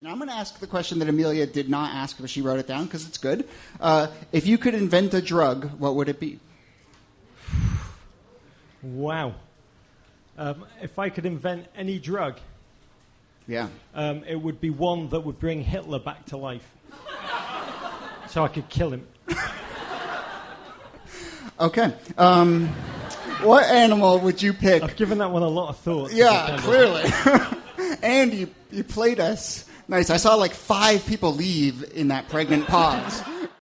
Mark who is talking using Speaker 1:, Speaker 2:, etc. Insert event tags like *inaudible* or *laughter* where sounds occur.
Speaker 1: Now I'm going to ask the question that Amelia did not ask, but she wrote it down because it's good. Uh, if you could invent a drug, what would it be?
Speaker 2: Wow. Um, if I could invent any drug,
Speaker 1: Yeah.
Speaker 2: um, it would be one that would bring Hitler back to life. *laughs* so I could kill him.
Speaker 1: Okay. Um, what animal would you pick?
Speaker 2: I've given that one a lot of thought. to
Speaker 1: Yeah,
Speaker 2: defend it.
Speaker 1: clearly. *laughs* and you, you played us nice. I saw like five people leave in that pregnant pause.